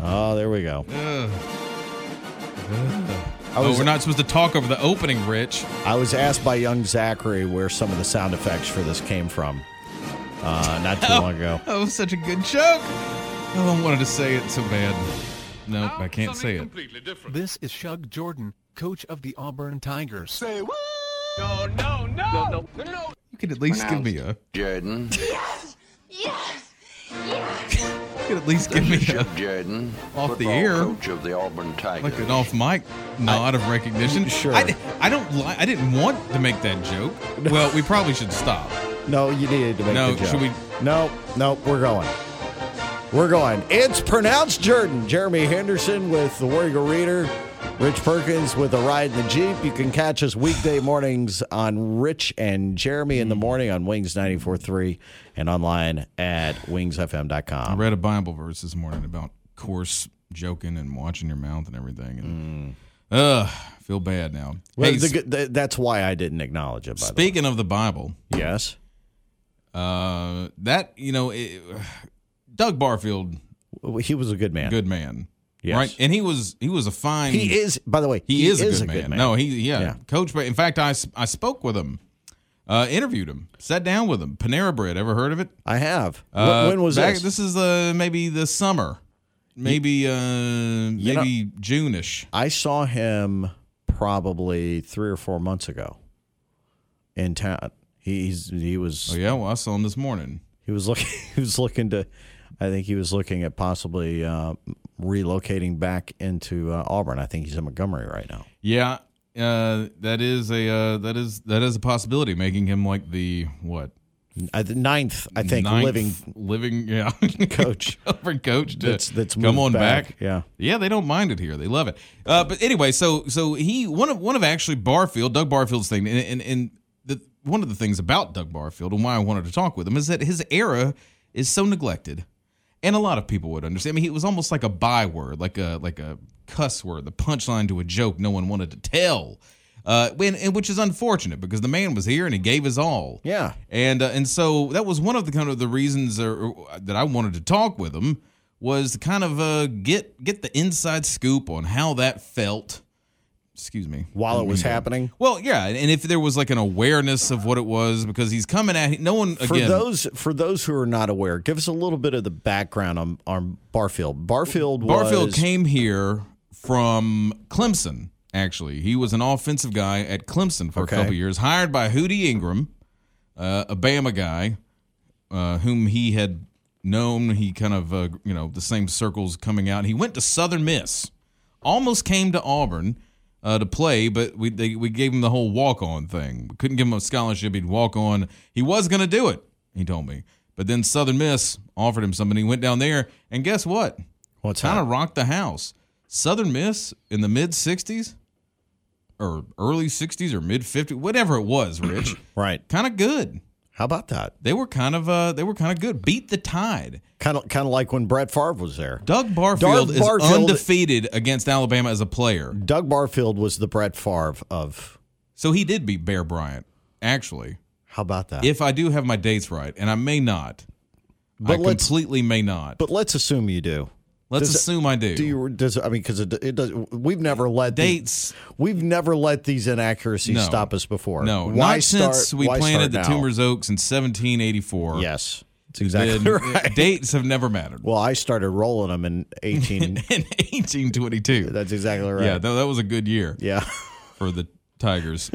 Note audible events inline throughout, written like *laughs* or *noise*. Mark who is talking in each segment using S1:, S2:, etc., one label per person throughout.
S1: Oh, there we go. I
S2: Oh,
S1: was
S2: we're not supposed to talk over the opening, Rich.
S1: I was asked by young Zachary where some of the sound effects for this came from. Uh, not
S2: *laughs*
S1: too long ago.
S2: Oh, such a good joke. Oh, I wanted to say it so bad. Nope, I can't say it.
S3: This is Shug Jordan, coach of the Auburn Tigers.
S2: You could at least give me a. *laughs*
S4: Jordan.
S2: You could at least give me a
S4: Jordan.
S2: off the
S4: football
S2: air,
S4: Coach of the Auburn Tigers.
S2: like an off mic nod of recognition.
S1: Sure.
S2: I, di- I don't. Li- I didn't want to make that
S1: *laughs*
S2: joke. Well, we probably should stop.
S1: No, you needed to make
S2: No,
S1: the joke.
S2: should we-
S1: No, no, we're going. We're going. It's pronounced Jordan. Jeremy Henderson with the Warrior Reader. Rich Perkins with a ride in the Jeep. You can catch us weekday mornings on Rich and Jeremy
S2: Hmm.
S1: in the morning on Wings 94.3 and online at
S2: I
S1: wingsfm.com.
S2: read a Bible verse this morning about coarse joking and watching your mouth and everything. And, Ugh, feel bad now.
S1: Mm. Well,
S2: Hey,
S1: the
S2: sp-
S1: good- th- that's why I didn't acknowledge it, by the
S2: speaking of the Bible,
S1: way. Yes.
S2: uh, that you know, it, Doug Barfield,
S1: He was a good man.
S2: good man,
S1: Yes.
S2: right? And he was he was a fine.
S1: He is, by the way,
S2: He, is, a, good, man. No, he yeah,
S1: Yeah.
S2: coach. But in fact, I s- I spoke with him, uh, interviewed him, sat down with him. Panera Bread. Ever heard of it?
S1: I have. Wh-
S2: Uh,
S1: when was
S2: back-
S1: this?
S2: is uh, maybe the summer, maybe uh,
S1: know-
S2: maybe June-ish.
S1: I saw him probably three or four months ago in town. He's he was
S2: Oh yeah, well I saw him this morning.
S1: he was looking *laughs* he was looking to, I think he was looking at possibly uh, relocating back into uh, Auburn. I think he's in Montgomery right now.
S2: Yeah, uh, that is a uh, that is that is a possibility, making him like the what
S1: I, the ninth, I think,
S2: ninth
S1: living
S2: living yeah *laughs*
S1: coach.
S2: over coach to
S1: That's that's
S2: come
S1: moved
S2: on back.
S1: Yeah,
S2: Yeah, they don't mind it here. They love it. Uh, but anyway, so so he one of one of actually Barfield, Doug Barfield's thing, and and, and the, one of the things about Doug Barfield and why I wanted to talk with him is that his era is so neglected, and a lot of people would understand. I mean, it was almost like a byword, like a like a cuss word, the punchline to a joke no one wanted to tell. Uh, when, and which is unfortunate because the man was here and he gave his all.
S1: Yeah.
S2: And uh, and so that was one of the kind of the reasons or, or, that I wanted to talk with him was to kind of uh, get get the inside scoop on how that felt. Excuse me.
S1: while it was happening.
S2: Well, yeah, and if there was like an awareness of what it was because he's coming at no one
S1: For
S2: again.
S1: those for those who are not aware, give us a little bit of the background on, on Barfield. Barfield
S2: Barfield
S1: was,
S2: came here from Clemson. Actually, he was an offensive guy at Clemson for
S1: Okay.
S2: a couple years, hired by Hootie Ingram, uh, a Bama guy, uh, whom he had known. He kind of uh, you know the same circles coming out. He went to Southern Miss, almost came to Auburn. Uh, to play, but we they, we gave him the whole walk on thing. We couldn't give him a scholarship. He'd walk on. He was going to do it. He told me, but then Southern Miss offered him something. He went down there, and guess what?
S1: What's
S2: kind
S1: that?
S2: of rocked the house. Southern Miss in the mid 60s or early 60s or mid 50s, whatever it
S1: *clears throat*
S2: was, Rich,
S1: right?
S2: kind of good.
S1: How about that?
S2: They were kind of uh they were kind of good. Beat the tide.
S1: Kind of kind of like when Brett Favre was there.
S2: Doug Barfield is
S1: Barfield-
S2: undefeated against Alabama as a player.
S1: Doug Barfield was the Brett Favre of.
S2: So he did beat Bear Bryant actually.
S1: How about that?
S2: If I do have my dates right, and I may not.
S1: But
S2: I
S1: let's-
S2: completely may not.
S1: but let's assume you do.
S2: Let's
S1: does it-
S2: assume I do.
S1: Do you? Does I mean? Because it, it does. We've never let the-
S2: dates
S1: we've never let these inaccuracies
S2: No.
S1: stop us before.
S2: No,
S1: Why
S2: not
S1: start,
S2: since we
S1: why
S2: planted
S1: start
S2: the
S1: now?
S2: Tumors Oaks in 1784.
S1: Yes, it's exactly
S2: Then,
S1: right.
S2: Dates have never
S1: *laughs*
S2: mattered.
S1: well, I started rolling them in eighteen.
S2: *laughs* in 1822.
S1: that's exactly right.
S2: Yeah, that, that was a good year
S1: yeah.
S2: for the
S1: *laughs*
S2: Tigers.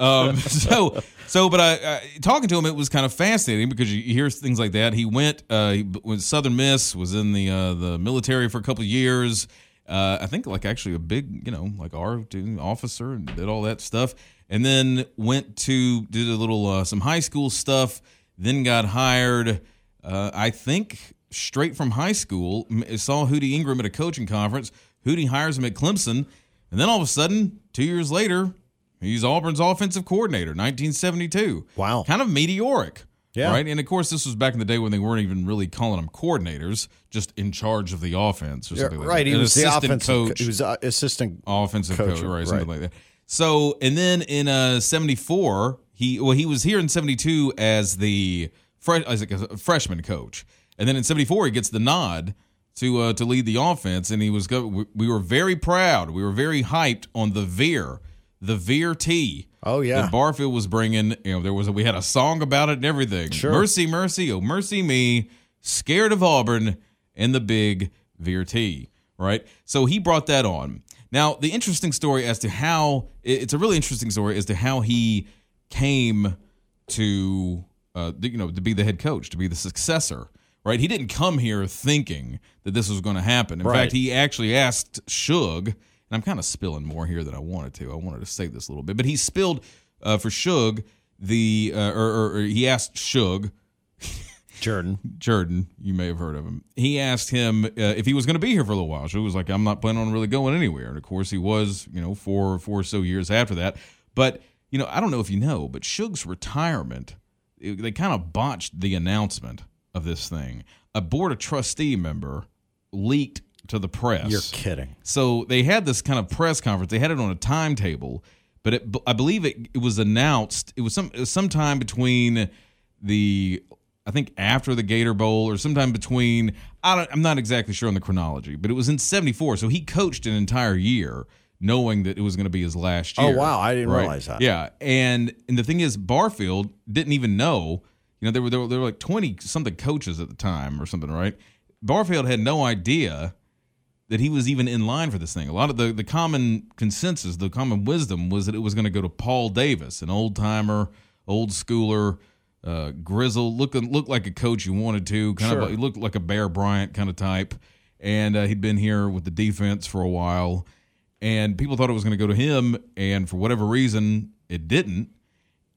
S2: Um, *laughs* so, so, but I, I talking to him, it was kind of fascinating because you hear things like that. He went, uh, he was Southern Miss, was in the uh, the military for a couple of years. Uh, I think like actually a big, you know, like our officer and did all that stuff, and then went to did a little uh, some high school stuff. Then got hired. Uh, I think straight from high school. M- Saw Hootie Ingram at a coaching conference. Hootie hires him at Clemson, and then all of a sudden, two years later, he's Auburn's offensive coordinator, 1972.
S1: Wow.
S2: kind of meteoric.
S1: Yeah.
S2: Right. And of course, this was back in the day when they weren't even really calling them coordinators, just in charge of the offense or
S1: Yeah,
S2: something like
S1: right.
S2: that.
S1: He
S2: An
S1: was the
S2: assistant
S1: offensive. co-
S2: coach
S1: He was uh, assistant.
S2: offensive
S1: Coach,
S2: coach, right, something like that. So, and then in uh '74, he well, he was here in '72 as the fresh as a freshman coach, and then in '74 he gets the nod to uh, to lead the offense, and he was. Go- we- we were very proud. We were very hyped on the Veer, the Veer T.
S1: Oh, yeah.
S2: that Barfield was bringing. You know, there was a, we had a song about it and everything.
S1: Sure.
S2: Mercy, mercy, oh mercy me, scared of Auburn and the big Veer T. Right, so he brought that on. Now the interesting story as to how it- it's a really interesting story as to how he came to uh, th- you know to be the head coach to be the successor right he didn't come here thinking that this was going to happen in
S1: Right.
S2: fact he actually asked Shug and I'm kind of spilling more here than I wanted to I wanted to save this a little bit but he spilled uh, for Shug the uh, or, or, or he asked Shug
S1: Jordan.
S2: Jordan, you may have heard of him. He asked him uh, if he was going to be here for a little while. So he was like, "I'm not planning on really going anywhere." And of course, he was. You know, four four or so years after that. But you know, I don't know if you know, but Suge's retirement, it- they kind of botched the announcement of this thing. A board of trustee member leaked to the press.
S1: You're kidding.
S2: So they had this kind of press conference. They had it on a timetable, but it, I believe it, it was announced. It was some it was sometime between the I think after the Gator Bowl or sometime between I don't, I'm not exactly sure on the chronology, but it was in '74. So he coached an entire year, knowing that it was going to be his last
S1: Oh,
S2: year.
S1: wow. I didn't realize that.
S2: Yeah, and and the thing is, Barfield didn't even know. You know, there were there were, there were like twenty something coaches at the time or something, right? Barfield had no idea that he was even in line for this thing. A lot of the, the common consensus, the common wisdom was that it was going to go to Paul Davis, an old timer, old schooler, uh, grizzle, looking looked like a coach you wanted to, kind of he looked like a Bear Bryant kind of type, and uh, he'd been here with the defense for a while, and people thought it was going to go to him, and for whatever reason, it didn't.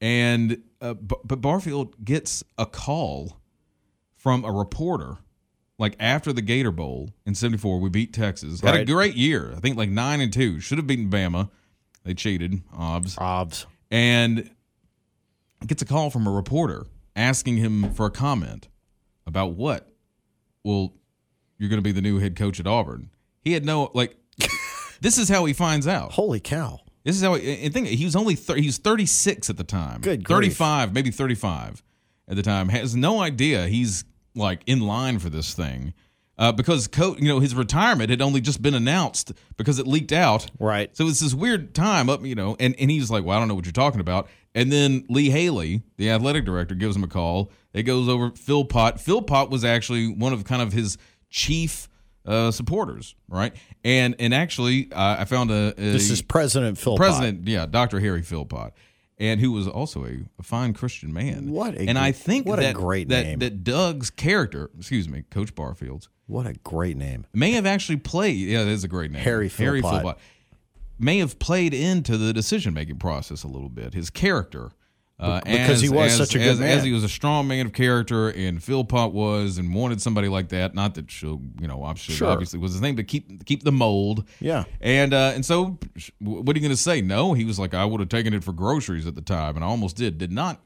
S2: And uh, B- but Barfield gets a call from a reporter like after the Gator Bowl in 74, we beat Texas. Had a
S1: Right.
S2: great year. I think like 9 and 2. Should have beaten Bama. They cheated, obs.
S1: Obs.
S2: And gets a call from a reporter asking him for a comment about what? Well, you're going to be the new head coach at Auburn. He had no like *laughs* this is how he finds out.
S1: Holy cow.
S2: This is how. And think he was only thir- he was 36 at the time.
S1: Good grief.
S2: 35, maybe 35 at the time. Has no idea he's like in line for this thing. Uh, because co- you know his retirement had only just been announced because it leaked out,
S1: Right.
S2: So it's this weird time up, you know, and, and he's like, "Well, I don't know what you're talking about." And then Lee Haley, the athletic director, gives him a call. It goes over Phil Pott. Phil Pott was actually one of kind of his chief uh, supporters, right? And and actually, uh, I found a, a
S1: This is President Phil.
S2: President, yeah, Dr. Harry Philpott, and who was also a, a fine Christian man.
S1: What a
S2: and I
S1: gr-
S2: think
S1: what a
S2: that,
S1: great
S2: that,
S1: name.
S2: that Doug's character, excuse me, Coach Barfield's,
S1: What a great name.
S2: may have actually played. Yeah, that is a great name.
S1: Harry
S2: Harry
S1: Philpott.
S2: Philpott may have played into the decision making process a little bit. His character. Uh,
S1: because he was such a good
S2: as,
S1: man.
S2: as he was a strong man of character, and Philpott was, and wanted somebody like that. Not that she, you know, obviously,
S1: Sure.
S2: obviously was his name, but keep keep the mold.
S1: Yeah.
S2: And uh, and so, sh- what are you going to say? No, he was like, I would have taken it for groceries at the time, and I almost did. Did not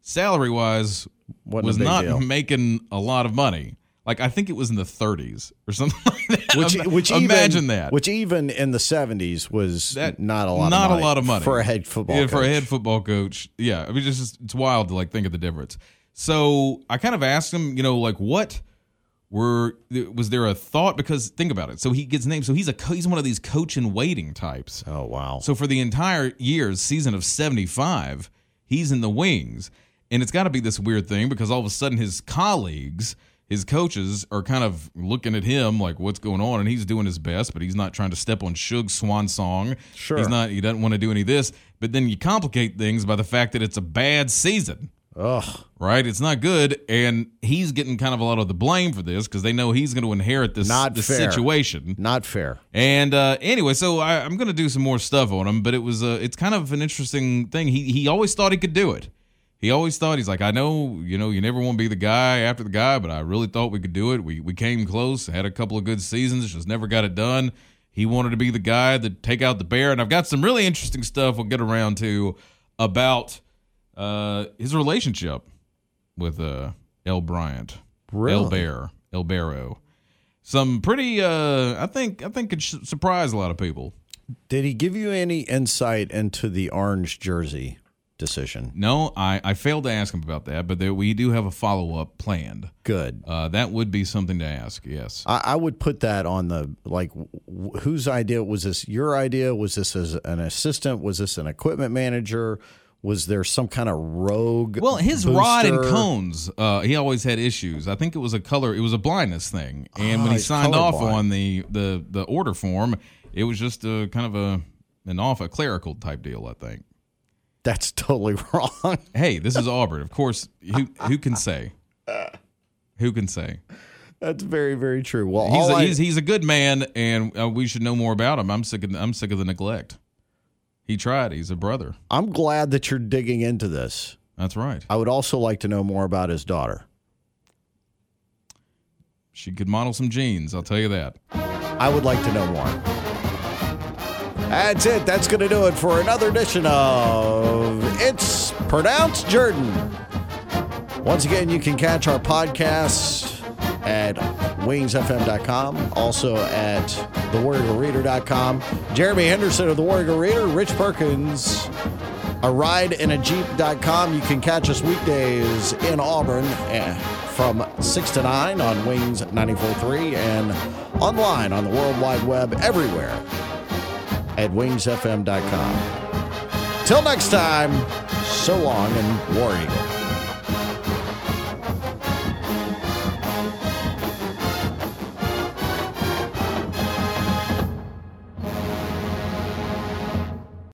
S2: salary wise
S1: Wasn't a
S2: was
S1: big
S2: not
S1: deal.
S2: making a lot of money. Like I think it was in the 30s or *laughs* something like that.
S1: Which,
S2: Ima-
S1: which
S2: imagine
S1: even,
S2: that.
S1: Which even in the '70s was
S2: That-
S1: not a lot.
S2: not
S1: of money
S2: a lot of money
S1: for a head football.
S2: Yeah, for a
S1: coach.
S2: head football coach. Yeah, I mean, it's just it's wild to like think of the difference. So I kind of asked him, you know, like what were was there a thought? Because think about it. So he gets named. So he's a co- he's one of these coach in waiting types.
S1: Oh wow.
S2: So for the entire year's season of 75, he's in the wings. And it's got to be this weird thing because all of a sudden his colleagues, his coaches are kind of looking at him like what's going on and he's doing his best, but he's not trying to step on Suge's swan song.
S1: Sure.
S2: He's not he doesn't want to do any of this, but then you complicate things by the fact that it's a bad season
S1: Ugh.
S2: right? It's not good, and he's getting kind of a lot of the blame for this because they know he's going to inherit this,
S1: Not
S2: this
S1: fair.
S2: situation.
S1: Not fair.
S2: And uh, anyway, so I, I'm going to do some more stuff on him, but it was uh, it's kind of an interesting thing. He he always thought he could do it. He always thought he's like I know you know you never want to be the guy after the guy, but I really thought we could do it. We we came close, had a couple of good seasons, just never got it done. He wanted to be the guy that take out the bear, and I've got some really interesting stuff we'll get around to about uh, his relationship with uh, L Bryant,
S1: Really?
S2: L Bear, El Barrow some pretty uh i think i think could sh- surprise a lot of people
S1: Did he give you any insight into the orange jersey decision.
S2: No, I, I failed to ask him about that, but there, we do have a follow up planned.
S1: Good.
S2: Uh, that would be something to ask. Yes.
S1: I, I would put that on the like, wh- whose idea was this? Your idea was this as an assistant? Was this an equipment manager? Was there some kind of rogue?
S2: Well, his rod and
S1: booster?
S2: cones, uh, he always had issues. I think it was a color, it was a blindness thing. And
S1: Ah,
S2: when he
S1: he's
S2: signed off
S1: colorblind.
S2: on the, the the order form, it was just a kind of a an off a clerical type deal. I think.
S1: That's *laughs* totally wrong.
S2: Hey, this is Auburn. Of course, who who can say? Who can say?
S1: That's very, very true. Well,
S2: He's
S1: all
S2: a,
S1: I-
S2: he's, he's a good man, and uh, we should know more about him. I'm sick of I'm sick of the neglect. He tried. He's a brother.
S1: I'm glad that you're digging into this.
S2: That's right.
S1: I would also like to know more about his daughter.
S2: She could model some jeans. I'll tell you that.
S1: I would like to know more. That's it. That's going to do it for another edition of It's Pronounced Jordan. Once again, you can catch our podcasts at wingsfm.com, also at thewarriorreader.com. Jeremy Henderson of The Warrior Reader, Rich Perkins, a ride in a jeep.com. You can catch us weekdays in Auburn eh, from 6 to 9 on Wings 94.3 and online on the World Wide Web everywhere at wingsfm.com. Till next time, so long and War Eagle.